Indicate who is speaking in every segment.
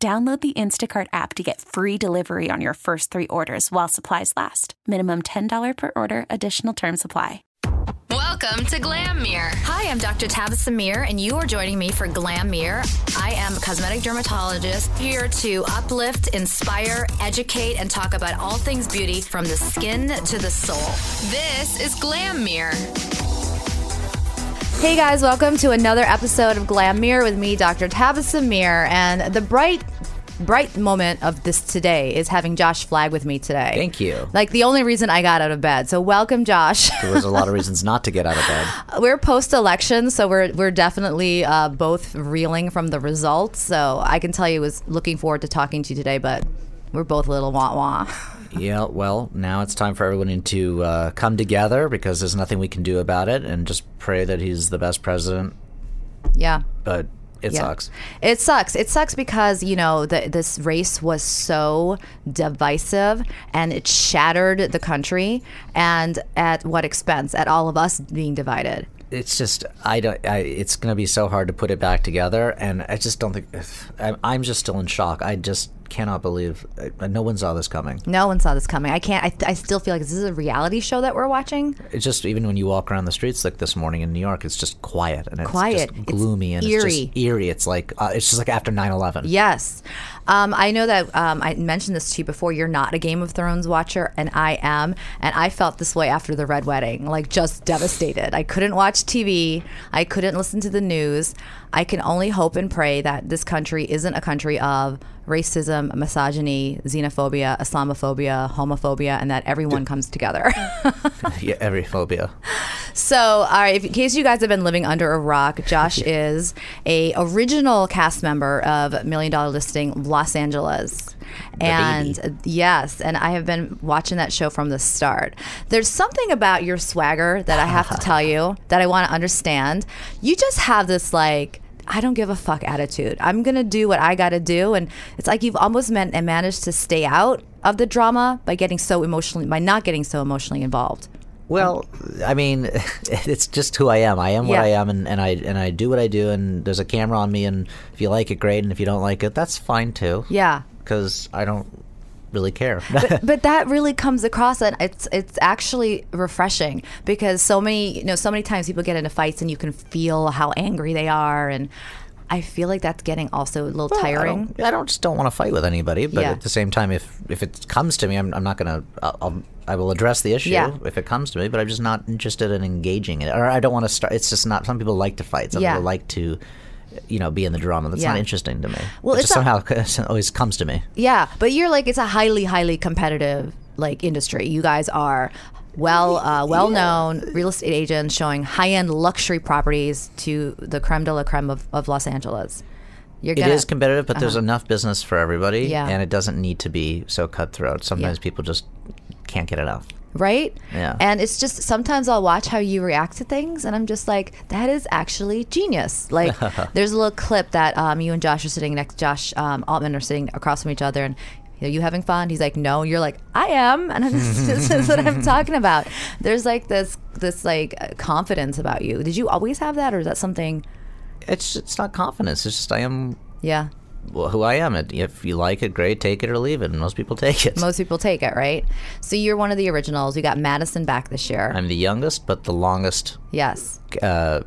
Speaker 1: Download the Instacart app to get free delivery on your first three orders while supplies last. Minimum $10 per order, additional term supply.
Speaker 2: Welcome to Glam Mirror. Hi, I'm Dr. Tabitha Samir, and you are joining me for Glam Mirror. I am a cosmetic dermatologist here to uplift, inspire, educate, and talk about all things beauty from the skin to the soul. This is Glam Mirror. Hey guys, welcome to another episode of Glam Mirror with me, Dr. Tabitha Samir, and the bright bright moment of this today is having Josh Flag with me today.
Speaker 3: Thank you.
Speaker 2: Like the only reason I got out of bed. So welcome Josh.
Speaker 3: There was a lot of reasons not to get out of bed.
Speaker 2: we're post election, so we're we're definitely uh, both reeling from the results. So I can tell you was looking forward to talking to you today, but we're both a little wah wah.
Speaker 3: Yeah, well, now it's time for everyone to uh, come together because there's nothing we can do about it and just pray that he's the best president.
Speaker 2: Yeah.
Speaker 3: But it
Speaker 2: Yeah.
Speaker 3: sucks.
Speaker 2: It sucks. It sucks because you know the, this race was so divisive and it shattered the country. And at what expense? At all of us being divided.
Speaker 3: It's just I don't. I, it's going to be so hard to put it back together, and I just don't think. I'm, I'm just still in shock. I just cannot believe uh, no one saw this coming.
Speaker 2: No one saw this coming. I can't. I, I still feel like this is a reality show that we're watching.
Speaker 3: It's just even when you walk around the streets like this morning in New York, it's just quiet and it's
Speaker 2: Quiet.
Speaker 3: just
Speaker 2: It's
Speaker 3: gloomy and it's
Speaker 2: eerie.
Speaker 3: just eerie. It's like uh, it's just like after 9-11.
Speaker 2: Yes. Um, I know that um, I mentioned this to you before. You're not a Game of Thrones watcher, and I am. And I felt this way after the Red Wedding, like just devastated. I couldn't watch TV. I couldn't listen to the news. I can only hope and pray that this country isn't a country of racism, misogyny, xenophobia, Islamophobia, homophobia, and that everyone comes together.
Speaker 3: yeah, every phobia.
Speaker 2: So, all right, if, in case you guys have been living under a rock, Josh is a original cast member of Million Dollar Listing Los Angeles. And yes, and I have been watching that show from the start. There's something about your swagger that I have to tell you that I want to understand. You just have this like I don't give a fuck attitude. I'm gonna do what I gotta do, and it's like you've almost meant and managed to stay out of the drama by getting so emotionally by not getting so emotionally involved.
Speaker 3: Well, I mean, it's just who I am. I am what
Speaker 2: Yeah.
Speaker 3: I am, and, and I and I do what I do. And there's a camera on me, and if you like it, great. And if you don't like it, that's fine too.
Speaker 2: Yeah.
Speaker 3: because I don't really care.
Speaker 2: but that really comes across and it's it's actually refreshing because so many you know so many times people get into fights and you can feel how angry they are and I feel like that's getting also a little
Speaker 3: I
Speaker 2: tiring.
Speaker 3: don't, I don't just don't want to fight with anybody. But
Speaker 2: Yeah.
Speaker 3: at the same time, if if it comes to me, I'm, I'm not gonna. I'll, I'll, I will address the issue
Speaker 2: Yeah.
Speaker 3: if it comes to me. But I'm just not interested in engaging it, or I don't want to start. It's just not. Some people like to fight. Some
Speaker 2: Yeah.
Speaker 3: people like to. You know, be in the drama. That's
Speaker 2: Yeah.
Speaker 3: not interesting to me.
Speaker 2: Well,
Speaker 3: it
Speaker 2: it's
Speaker 3: just
Speaker 2: a-
Speaker 3: somehow always comes to me.
Speaker 2: Yeah, but you're like it's a highly highly competitive like industry. You guys are well uh, well known real estate agents showing high end luxury properties to the creme de la creme of, of Los Angeles. You're
Speaker 3: It
Speaker 2: gonna,
Speaker 3: is competitive, but there's enough business for everybody,
Speaker 2: Uh-huh. Yeah.
Speaker 3: and it doesn't need to be so cutthroat. Sometimes
Speaker 2: Yeah.
Speaker 3: people just can't get enough.
Speaker 2: right?
Speaker 3: Yeah.
Speaker 2: And it's just sometimes I'll watch how you react to things, and I'm just like, that is actually genius. Like, there's a little clip that um, you and Josh are sitting next. Josh um, Altman are sitting across from each other, and. Are you having fun? He's like, no. You're like, I am, and I'm just, this is what I'm talking about. There's like this, this like uh, confidence about you. Did you always have that, or is that something?
Speaker 3: It's it's not confidence. It's just I am
Speaker 2: Yeah,
Speaker 3: wh- who I am. It, if you like it, great. Take it or leave it. And most people take it.
Speaker 2: most people take it, right? So you're one of the originals. We got Madison back this year.
Speaker 3: I'm the youngest, but the longest
Speaker 2: yes,
Speaker 3: uh,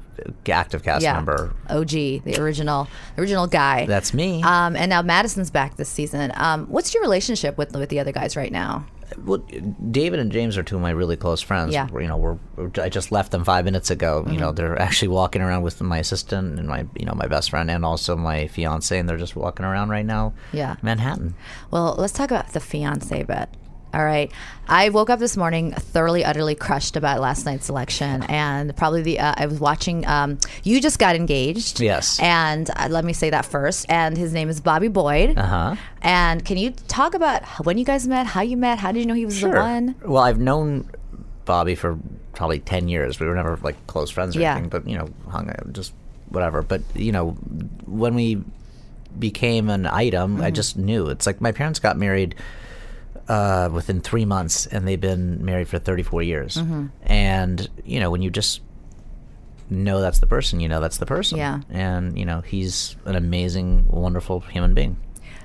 Speaker 3: active cast
Speaker 2: yeah.
Speaker 3: member.
Speaker 2: OG, the original, original guy.
Speaker 3: That's me.
Speaker 2: Um, and now Madison's back this season. Um, what's your relationship with with the other guys right now?
Speaker 3: well, David and James are two of my really close friends.
Speaker 2: Yeah. Mm-hmm.
Speaker 3: You know, we're, we're- I just left them five minutes ago. You know, they're actually walking around with my assistant and my you know my best friend and also my fiance, and they're just walking around right now.
Speaker 2: Yeah.
Speaker 3: Manhattan.
Speaker 2: Well, let's talk about the fiance bit. All right. I woke up this morning thoroughly, utterly crushed about last night's election, and probably the uh, I was watching. Um, you just got engaged.
Speaker 3: Yes.
Speaker 2: And uh, let me say that first. And his name is Bobby Boyd. Uh
Speaker 3: huh.
Speaker 2: And can you talk about when you guys met, how you met, how did you know he was the one?
Speaker 3: Well, I've known Bobby for probably ten years. We were never like close friends or
Speaker 2: Yeah.
Speaker 3: anything, but you know, hung out, just whatever. But you know, when we became an item,
Speaker 2: Mm-hmm.
Speaker 3: I just knew. It's like my parents got married uh, within three months, and they've been married for thirty-four years.
Speaker 2: Mm-hmm.
Speaker 3: And you know, when you just know that's the person, you know that's the person.
Speaker 2: Yeah.
Speaker 3: And you know, he's an amazing, wonderful human being.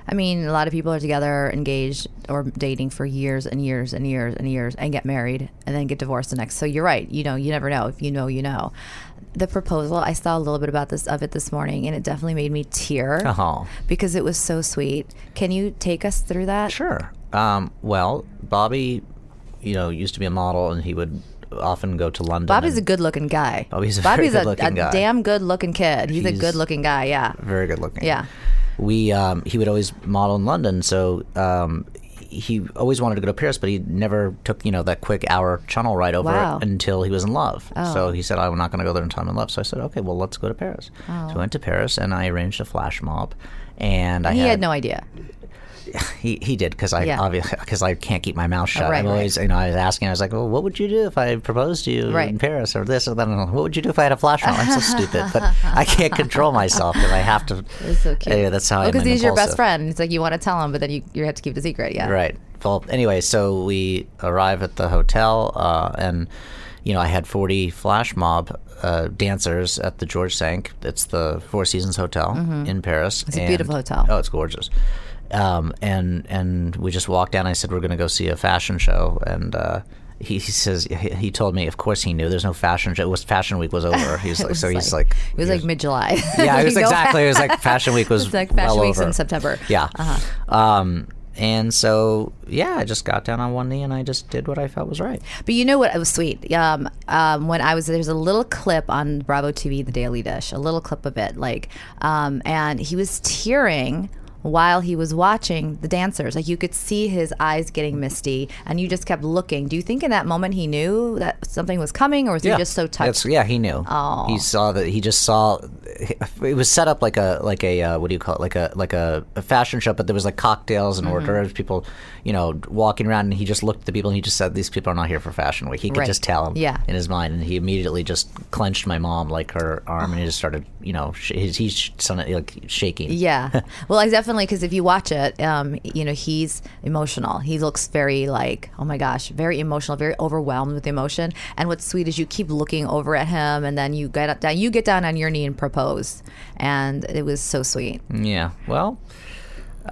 Speaker 2: I mean, a lot of people are together, engaged, or dating for years and years and years and years, and get married and then get divorced the next. So you're right. You know, you never know. If you know, you know. The proposal. I saw a little bit about this of it this morning, and it definitely made me tear
Speaker 3: Oh.
Speaker 2: because it was so sweet. Can you take us through that?
Speaker 3: Sure. Um, well, Bobby, you know, used to be a model, and he would often go to London.
Speaker 2: Bobby's a
Speaker 3: and-
Speaker 2: good-looking guy.
Speaker 3: Bobby's a
Speaker 2: Bobby's
Speaker 3: very
Speaker 2: a,
Speaker 3: good-looking
Speaker 2: a
Speaker 3: guy.
Speaker 2: damn good-looking kid. He's, a
Speaker 3: He's-
Speaker 2: good-looking guy. Yeah.
Speaker 3: very good looking.
Speaker 2: Yeah.
Speaker 3: We um, he would always model in London, so um, he always wanted to go to Paris, but he never took you know that quick hour channel ride over
Speaker 2: Wow. Oh.
Speaker 3: it until he was in love. So he said, "I'm not going to go there until I'm in love." So I said, "Okay, well, let's go to Paris."
Speaker 2: Oh.
Speaker 3: So I went to Paris, and I arranged a flash mob, and I
Speaker 2: He
Speaker 3: had,
Speaker 2: had no idea.
Speaker 3: he, he did because I
Speaker 2: Yeah.
Speaker 3: obviously because I can't keep my mouth shut.
Speaker 2: Right,
Speaker 3: I'm
Speaker 2: right.
Speaker 3: always you know I was asking I was like, well, what would you do if I proposed to you
Speaker 2: Right.
Speaker 3: in Paris or this or that? And what would you do if I had a flash mob? I'm so stupid, but I can't control myself because I have to.
Speaker 2: It's so cute.
Speaker 3: Yeah, that's how I.
Speaker 2: because he's your best friend. It's like you want to tell him, but then you, you have to keep the secret. Yeah.
Speaker 3: Right. Well, anyway, so we arrive at the hotel, uh, and you know I had 40 flash mob uh, dancers at the George Sank. It's the Four Seasons Hotel in Paris. It's
Speaker 2: Mm-hmm. a beautiful hotel.
Speaker 3: Oh, it's gorgeous. Um, and and we just walked down. I said we're going to go see a fashion show, and uh, he, he says he, he told me, of course he knew. There's no fashion show. It was Fashion Week was over. He's like,
Speaker 2: was
Speaker 3: so he's
Speaker 2: like-
Speaker 3: like,
Speaker 2: It was like mid-July.
Speaker 3: yeah, it was
Speaker 2: Like, no
Speaker 3: exactly. It was like Fashion Week was
Speaker 2: It's like Fashion
Speaker 3: well
Speaker 2: Week's
Speaker 3: over.
Speaker 2: in September. Uh-huh.
Speaker 3: Yeah. Um, and so yeah, I just got down on one knee and I just did what I felt was right.
Speaker 2: But you know what? It was sweet. Um, um, when I was there's a little clip on Bravo TV, The Daily Dish, a little clip of it, like, um, and he was tearing while he was watching the dancers. Like you could see his eyes getting misty, and you just kept looking. Do you think in that moment he knew that something was coming, or was he just so touched?
Speaker 3: That's- yeah, he knew. Oh. He saw that. He just saw. It was set up like a like a uh, what do you call it? Like a like a, a fashion show, but there was like cocktails
Speaker 2: Mm-hmm.
Speaker 3: and hors d'oeuvres. People, you know, walking around, and he just looked at the people and he just said, "These people are not here for fashion week." He could
Speaker 2: Right.
Speaker 3: just tell him
Speaker 2: Yeah.
Speaker 3: in his mind, and he immediately just clenched my mom like her arm, and he just started, you know, sh- he's he's suddenly, like shaking.
Speaker 2: Yeah. Well, I definitely because if you watch it, um, you know he's emotional. He looks very like, oh my gosh, very emotional, very overwhelmed with emotion. And what's sweet is you keep looking over at him, and then you get up down, you get down on your knee and propose, and it was so sweet.
Speaker 3: Yeah. Well,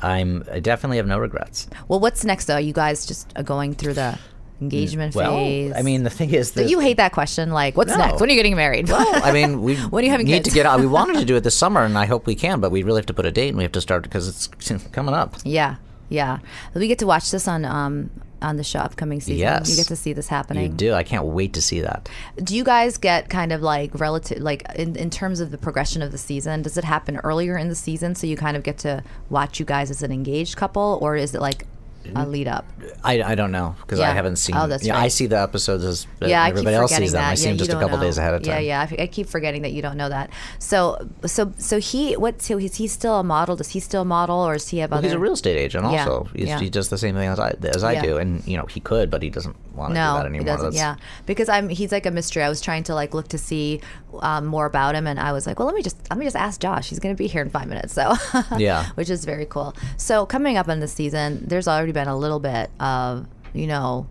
Speaker 3: I'm I definitely have no regrets.
Speaker 2: Well, what's next though? You guys just are going through the engagement
Speaker 3: Well,
Speaker 2: phase.
Speaker 3: I mean, the thing is that
Speaker 2: But you hate that question. Like, what's
Speaker 3: No.
Speaker 2: next? When are you getting married?
Speaker 3: I mean, we
Speaker 2: When are you having
Speaker 3: need
Speaker 2: kids?
Speaker 3: to get out. We wanted to do it this summer, and I hope we can, but we really have to put a date, and we have to start because it's coming up.
Speaker 2: yeah, yeah. We get to watch this on um on the show upcoming season.
Speaker 3: Yes.
Speaker 2: you get to see this
Speaker 3: You
Speaker 2: happening.
Speaker 3: do. I can't wait to see that.
Speaker 2: Do you guys get kind of like relative, like in, in terms of the progression of the season? Does it happen earlier in the season so you kind of get to watch you guys as an engaged couple, or is it like
Speaker 3: Mm-hmm.
Speaker 2: a lead up?
Speaker 3: I, I don't know because I
Speaker 2: Yeah.
Speaker 3: haven't seen.
Speaker 2: Oh, that's
Speaker 3: yeah,
Speaker 2: right.
Speaker 3: I see the episodes as uh,
Speaker 2: Yeah, I keep
Speaker 3: everybody
Speaker 2: forgetting
Speaker 3: else sees them.
Speaker 2: that.
Speaker 3: I see
Speaker 2: yeah,
Speaker 3: them
Speaker 2: you
Speaker 3: just a
Speaker 2: don't
Speaker 3: couple
Speaker 2: know.
Speaker 3: days ahead of time.
Speaker 2: Yeah, yeah. I f- I, keep forgetting that you don't know that. So, so, so he what? So is he still a model? Does he still model, or does he have other?
Speaker 3: He's a real estate agent,
Speaker 2: Yeah,
Speaker 3: also. He's,
Speaker 2: yeah.
Speaker 3: He does the same thing as I as I
Speaker 2: Yeah.
Speaker 3: do, and you know he could, but he doesn't want to do that
Speaker 2: he
Speaker 3: anymore.
Speaker 2: doesn't.
Speaker 3: That's-
Speaker 2: Yeah, because I'm he's like a mystery. I was trying to like look to see um, more about him, and I was like, well, let me just let me just ask Josh. He's going to be here in five minutes, so
Speaker 3: Yeah.
Speaker 2: which is very cool. So coming up in the season, there's already been a little bit of you know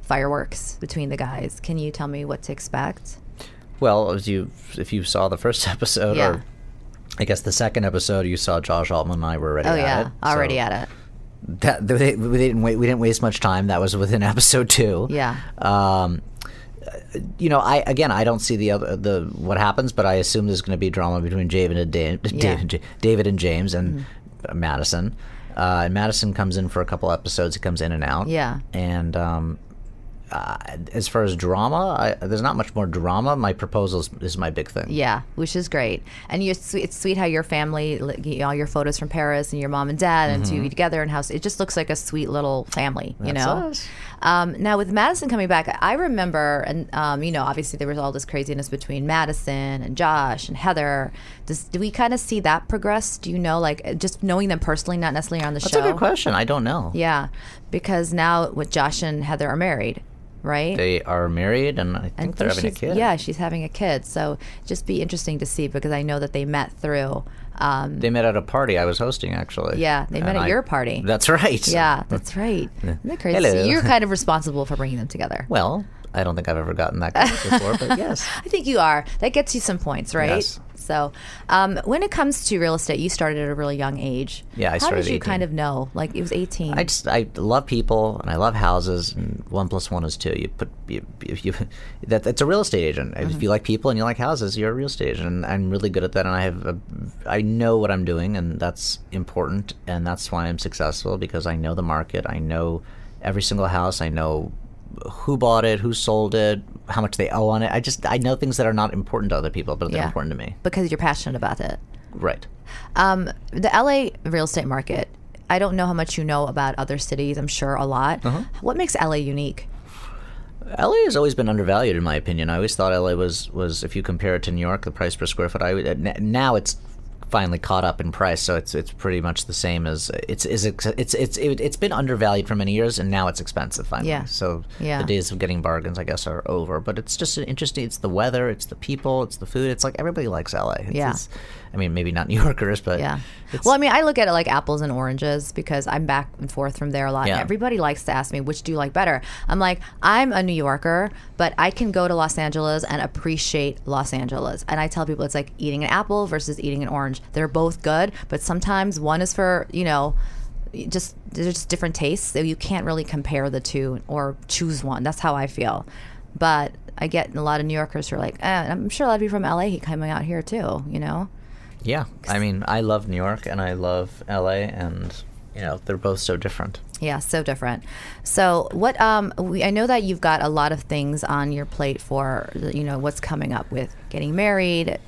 Speaker 2: fireworks between the guys. Can you tell me what to expect?
Speaker 3: Well, as you if you saw the first episode,
Speaker 2: Yeah.
Speaker 3: or I guess the second episode, you saw Josh Altman and I were already
Speaker 2: Oh
Speaker 3: at
Speaker 2: yeah,
Speaker 3: it.
Speaker 2: already
Speaker 3: so
Speaker 2: at it.
Speaker 3: That, they, we didn't wait. We didn't waste much time. That was within episode two.
Speaker 2: Yeah.
Speaker 3: Um, you know, I again, I don't see the other the what happens, but I assume there's going to be drama between David and Dan, David, and Ja- David and James and
Speaker 2: Mm-hmm.
Speaker 3: Madison. Uh, and Madison comes in for a couple episodes. He comes in and out.
Speaker 2: Yeah.
Speaker 3: And um, uh, as far as drama, I, there's not much more drama. My proposal is, is my big thing.
Speaker 2: Yeah, which is great. And you, it's sweet- it's sweet how your family, like, you know, all your photos from Paris and your mom and dad and two together and how s- it just looks like a sweet little family, you
Speaker 3: Mm-hmm. That's
Speaker 2: know?
Speaker 3: us.
Speaker 2: Um, now with Madison coming back, I remember, and um, you know, obviously there was all this craziness between Madison and Josh and Heather. Does, do we kind of see that progress? Do you know, like just knowing them personally, not necessarily on the
Speaker 3: That's
Speaker 2: show?
Speaker 3: a good question. I don't know.
Speaker 2: Yeah, because now with Josh and Heather are married, right?
Speaker 3: They are married, and I think
Speaker 2: And
Speaker 3: they're having a
Speaker 2: she's-
Speaker 3: kid.
Speaker 2: Yeah, she's having a kid. So just be interesting to see because I know that they met through. Um,
Speaker 3: They met at a party I was hosting, actually.
Speaker 2: Yeah, they met
Speaker 3: And
Speaker 2: at
Speaker 3: I-
Speaker 2: your party.
Speaker 3: That's right.
Speaker 2: yeah, that's right. Isn't that crazy?
Speaker 3: Hello.
Speaker 2: You're kind of responsible for bringing them together.
Speaker 3: Well, I don't think I've ever gotten that close before, but yes.
Speaker 2: I think you are. That gets you some points, right?
Speaker 3: Yes.
Speaker 2: So, um, when it comes to real estate, you started at a really young age.
Speaker 3: Yeah, I
Speaker 2: How
Speaker 3: started
Speaker 2: did you
Speaker 3: 18.
Speaker 2: kind of know? Like it was 18.
Speaker 3: I just I love people and I love houses and one plus one is two. You put you, if you that that's a real estate agent. If you like people and you like houses, you're a real estate agent. And I'm really good at that, and I have a, I know what I'm doing, and that's important, and that's why I'm successful because I know the market. I know every single house. I know who bought it, who sold it, how much they owe on it. I just I know things that are not important to other people, but they're
Speaker 2: Yeah.
Speaker 3: important to me.
Speaker 2: because you're passionate about it.
Speaker 3: Right.
Speaker 2: Um, the LA real estate market. I don't know how much you know about other cities. I'm sure a lot.
Speaker 3: Uh-huh.
Speaker 2: What makes LA unique?
Speaker 3: LA has always been undervalued, in my opinion. I always thought LA was was if you compare it to New York, the price per square foot. I would- n- now it's finally caught up in price, so it's it's pretty much the same as it's is it's it's it's, it, it's been undervalued for many years, and now it's expensive finally.
Speaker 2: Yeah.
Speaker 3: So
Speaker 2: Yeah.
Speaker 3: the days of getting bargains, I guess, are over. But it's just an interesting. It's the weather, it's the people, it's the food. It's like everybody likes LA. It's,
Speaker 2: Yeah.
Speaker 3: it's- I mean, maybe not New Yorkers, but
Speaker 2: Yeah.
Speaker 3: it's-
Speaker 2: Well, I mean, I look at it like apples and oranges because I'm back and forth from there a lot. and
Speaker 3: Yeah.
Speaker 2: everybody likes to ask me, which do you like better? I'm like, I'm a New Yorker, but I can go to Los Angeles and appreciate Los Angeles. And I tell people it's like eating an apple versus eating an orange. They're both good, but sometimes one is for, you know, just there's just different tastes. So you can't really compare the two or choose one. That's how I feel. But I get a lot of New Yorkers who are like, eh, and I'm sure a lot of people from LA coming out here too, you know?
Speaker 3: yeah. I mean, I love New York and I love LA, and you know, they're both so different.
Speaker 2: Yeah, so different. So, what um, we, I know that you've got a lot of things on your plate for you know what's coming up with getting married.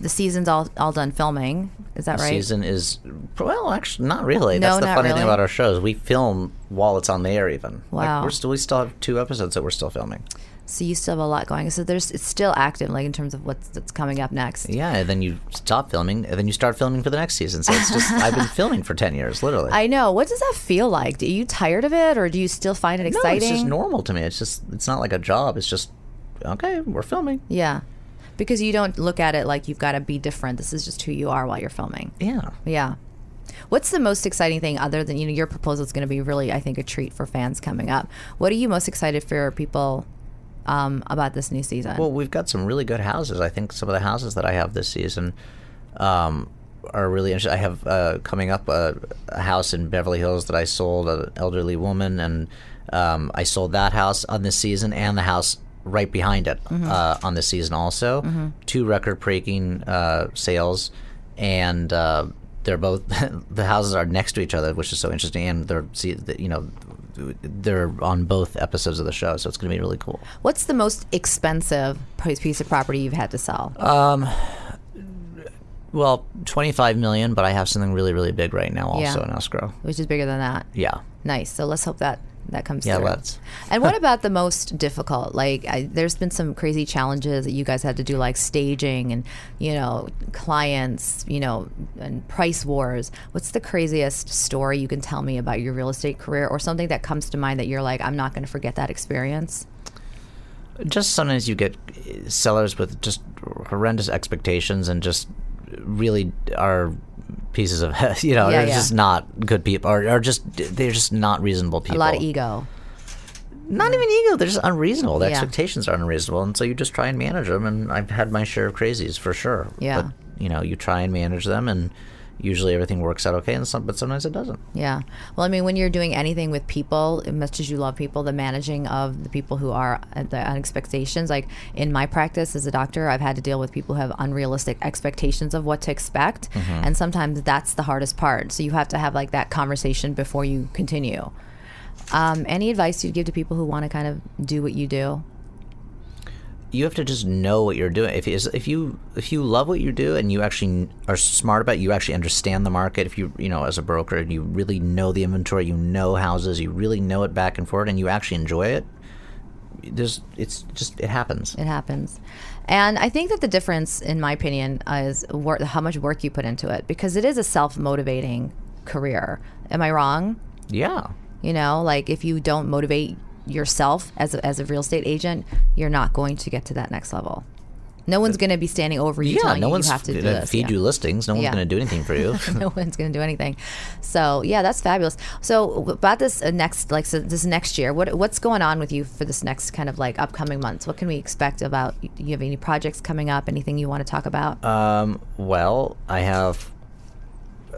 Speaker 2: The season's all all done filming. Is that right?
Speaker 3: season is well actually not really
Speaker 2: No,
Speaker 3: that's the
Speaker 2: not
Speaker 3: funny
Speaker 2: really.
Speaker 3: thing about our shows we film while it's on the air even
Speaker 2: Wow.
Speaker 3: like we're still we still have two episodes that we're still filming
Speaker 2: So you still have a lot going. So there's it's still active, like in terms of what's that's coming up next.
Speaker 3: yeah and then you stop filming and then you start filming for the next season so it's just i've been filming for 10 years literally
Speaker 2: I know. What does that feel like? Are you tired of it, or do you still find it
Speaker 3: no,
Speaker 2: exciting?
Speaker 3: it's just normal to me it's just it's not like a job it's just okay we're filming
Speaker 2: Yeah, because you don't look at it like you've got to be different. This is just who you are while you're filming.
Speaker 3: yeah
Speaker 2: Yeah. What's the most exciting thing other than you know your proposal is going to be really I think a treat for fans coming up. What are you most excited for people um, about this new season?
Speaker 3: Well, we've got some really good houses. I think some of the houses that I have this season um, are really interesting. I have uh, coming up a, a house in Beverly Hills that I sold an elderly woman, and um, I sold that house on this season and the house right behind it uh, on this season also. Two record-breaking uh, sales, and. Uh, they're both the houses are next to each other, which is so interesting, and they're see, you know they're on both episodes of the show, so it's going to be really cool.
Speaker 2: What's the most expensive piece piece of property you've had to sell?
Speaker 3: Well, 25 million, but I have something really, really big right now
Speaker 2: Yeah.
Speaker 3: also in escrow.
Speaker 2: Which is bigger than that.
Speaker 3: Yeah.
Speaker 2: Nice. So let's hope that that comes
Speaker 3: Yeah,
Speaker 2: through.
Speaker 3: let's.
Speaker 2: and what about the most difficult? Like, I, there's been some crazy challenges that you guys had to do, like staging and you know clients, you know, and price wars. What's the craziest story you can tell me about your real estate career, or something that comes to mind that you're like, I'm not going to forget that experience?
Speaker 3: Just sometimes you get eh, sellers with just horrendous expectations and just really are pieces of, you know,
Speaker 2: Yeah,
Speaker 3: they're
Speaker 2: yeah.
Speaker 3: just not good people or, or just, they're just not reasonable
Speaker 2: A
Speaker 3: people.
Speaker 2: lot of ego.
Speaker 3: Not even ego. They're just unreasonable. The
Speaker 2: Yeah.
Speaker 3: expectations are unreasonable. And so you just try and manage them. And I've had my share of crazies for sure.
Speaker 2: Yeah.
Speaker 3: But, you know, you try and manage them and usually everything works out okay. And some, but sometimes it doesn't.
Speaker 2: Yeah. Well, I mean, when you're doing anything with people, as much as you love people, the managing of the people who are at the on expectations, like in my practice as a doctor, I've had to deal with people who have unrealistic expectations of what to expect. And sometimes that's the hardest part. So you have to have like that conversation before you continue. Um, any advice you'd give to people who want to kind of do what you do?
Speaker 3: you have to just know what you're doing. If is if you if you love what you do and you actually are smart about, it, you actually understand the market. If you you know as a broker, you really know the inventory, you know houses, you really know it back and forward, and you actually enjoy it. There's it's just it happens.
Speaker 2: It happens. And I think that the difference, in my opinion, is wor- how much work you put into it because it is a self motivating career. Am I wrong?
Speaker 3: Yeah.
Speaker 2: You know, like if you don't motivate yourself as a, as a real estate agent, you're not going to get to that next level. No one's going to be standing over you
Speaker 3: Yeah,
Speaker 2: telling
Speaker 3: no
Speaker 2: you
Speaker 3: one's
Speaker 2: you have to do
Speaker 3: gonna
Speaker 2: this.
Speaker 3: feed
Speaker 2: yeah.
Speaker 3: you listings. No one's
Speaker 2: Yeah.
Speaker 3: going to do anything for you.
Speaker 2: no one's going to do anything. So yeah, that's fabulous. So w- about this uh, next, like so this next year, what what's going on with you for this next kind of like upcoming months? What can we expect about? You have any projects coming up? Anything you want to talk about?
Speaker 3: Um, well, I have.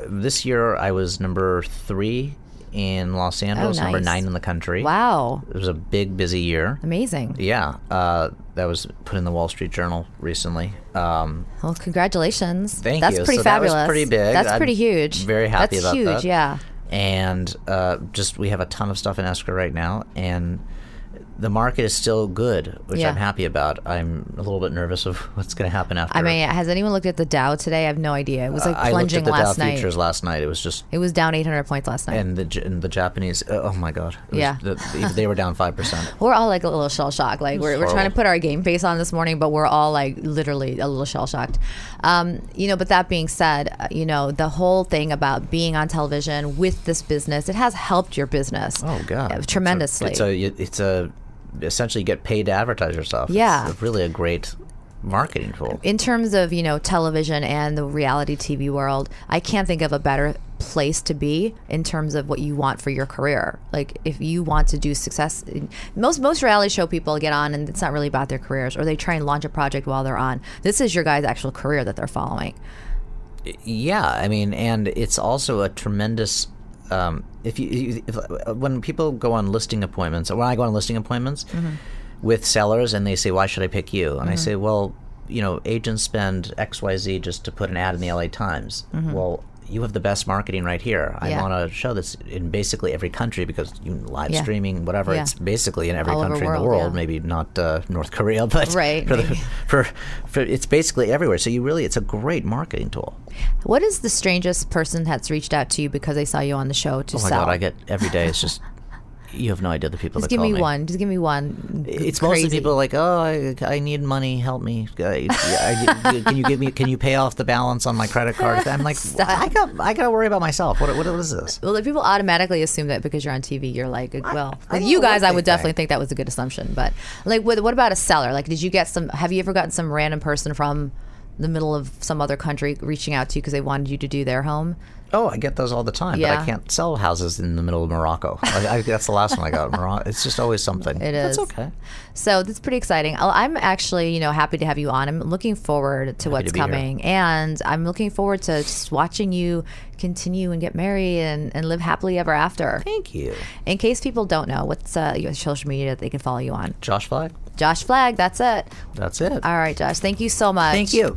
Speaker 3: This year, I was number three in Los Angeles, number
Speaker 2: Oh, nice.
Speaker 3: nine in the country.
Speaker 2: wow,
Speaker 3: It was a big, busy year.
Speaker 2: amazing.
Speaker 3: Yeah, uh, that was put in the Wall Street Journal recently. Um,
Speaker 2: Well, congratulations.
Speaker 3: Thank
Speaker 2: that's
Speaker 3: you.
Speaker 2: pretty
Speaker 3: So that was
Speaker 2: fabulous.
Speaker 3: pretty big.
Speaker 2: That's
Speaker 3: I'm
Speaker 2: pretty huge.
Speaker 3: very happy
Speaker 2: that's
Speaker 3: about
Speaker 2: huge,
Speaker 3: that.
Speaker 2: Yeah.
Speaker 3: and uh, just we have a ton of stuff in escrow right now, and the market is still good, which
Speaker 2: Yeah.
Speaker 3: I'm happy about. I'm a little bit nervous of what's going to happen after.
Speaker 2: I mean, has anyone looked at the Dow today? I have no idea. It was like
Speaker 3: Uh, I looked
Speaker 2: plunging
Speaker 3: at the
Speaker 2: last
Speaker 3: Dow
Speaker 2: night.
Speaker 3: futures last night. It was just
Speaker 2: It was down 800 points last night.
Speaker 3: and the J- and the Japanese. Uh, oh my god! It was-
Speaker 2: Yeah.
Speaker 3: the, they were down five percent.
Speaker 2: we're all like a little shell shocked. Like we're, we're trying to
Speaker 3: horrible.
Speaker 2: put our game face on this morning, but we're all like literally a little shell shocked. Um, you know, but that being said, uh, you know, the whole thing about being on television with this business, it has helped your business.
Speaker 3: Oh god!
Speaker 2: uh,
Speaker 3: It's a-
Speaker 2: tremendously.
Speaker 3: It's a it's a essentially you get paid to advertise yourself.
Speaker 2: Yeah.
Speaker 3: it's really a great marketing tool.
Speaker 2: in terms of you know television and the reality TV world, I can't think of a better place to be in terms of what you want for your career. Like if you want to do success, most most reality show people get on and it's not really about their careers, or they try and launch a project while they're on. This is your guy's actual career that they're following.
Speaker 3: Yeah, I mean, and it's also a tremendous. Um, if you if, uh, when people go on listing appointments, when I go on listing appointments
Speaker 2: Mm-hmm.
Speaker 3: with sellers, and they say, "Why should I pick you?" and I say, "Well, you know, agents spend X Y Z just to put an ad in the LA Times." Well. You have the best marketing right here. I
Speaker 2: Mm-hmm. Yeah.
Speaker 3: want to show this in basically every country because you live
Speaker 2: Yeah.
Speaker 3: streaming, whatever.
Speaker 2: Yeah.
Speaker 3: It's basically in every
Speaker 2: All over
Speaker 3: country in the
Speaker 2: world,
Speaker 3: world.
Speaker 2: yeah.
Speaker 3: Maybe not uh, North Korea, but
Speaker 2: Right,
Speaker 3: for, the,
Speaker 2: maybe.
Speaker 3: for for it's basically everywhere. So you really, it's a great marketing tool.
Speaker 2: What is the strangest person that's reached out to you because they saw you on the show to
Speaker 3: Oh my
Speaker 2: sell?
Speaker 3: god, I get every day. It's just you have no idea the people
Speaker 2: Just
Speaker 3: that
Speaker 2: give
Speaker 3: call
Speaker 2: me one. Just give me one.
Speaker 3: It's
Speaker 2: Crazy.
Speaker 3: mostly people like, oh, I, I need money, help me. I- I- can you give me? Can you pay off the balance on my credit card? I'm like, I got, I got to worry about myself. What, what is this?
Speaker 2: Well, like, people automatically assume that because you're on TV, you're like, well,
Speaker 3: I
Speaker 2: with
Speaker 3: don't
Speaker 2: you
Speaker 3: know what
Speaker 2: guys, I
Speaker 3: they
Speaker 2: would definitely
Speaker 3: think.
Speaker 2: think that was a good assumption. But like, what, what about a seller? Like, did you get some? Have you ever gotten some random person from the middle of some other country reaching out to you because they wanted you to do their home?
Speaker 3: Oh, I get those all the time, but
Speaker 2: Yeah.
Speaker 3: I can't sell houses in the middle of Morocco. I, I, that's the last one I got. Morocco. It's just always something. It
Speaker 2: is.
Speaker 3: That's okay.
Speaker 2: So that's pretty exciting. I'll- I'm actually, you know, happy to have you on. I'm looking forward to what's
Speaker 3: to be here.
Speaker 2: coming, and I'm looking forward to just watching you continue and get married and, and live happily ever after.
Speaker 3: Thank you,
Speaker 2: In case people don't know, what's uh, your social media that they can follow you on?
Speaker 3: Josh Flag.
Speaker 2: Josh Flagg. That's it.
Speaker 3: That's it.
Speaker 2: All right, Josh. Thank you so much.
Speaker 3: Thank you.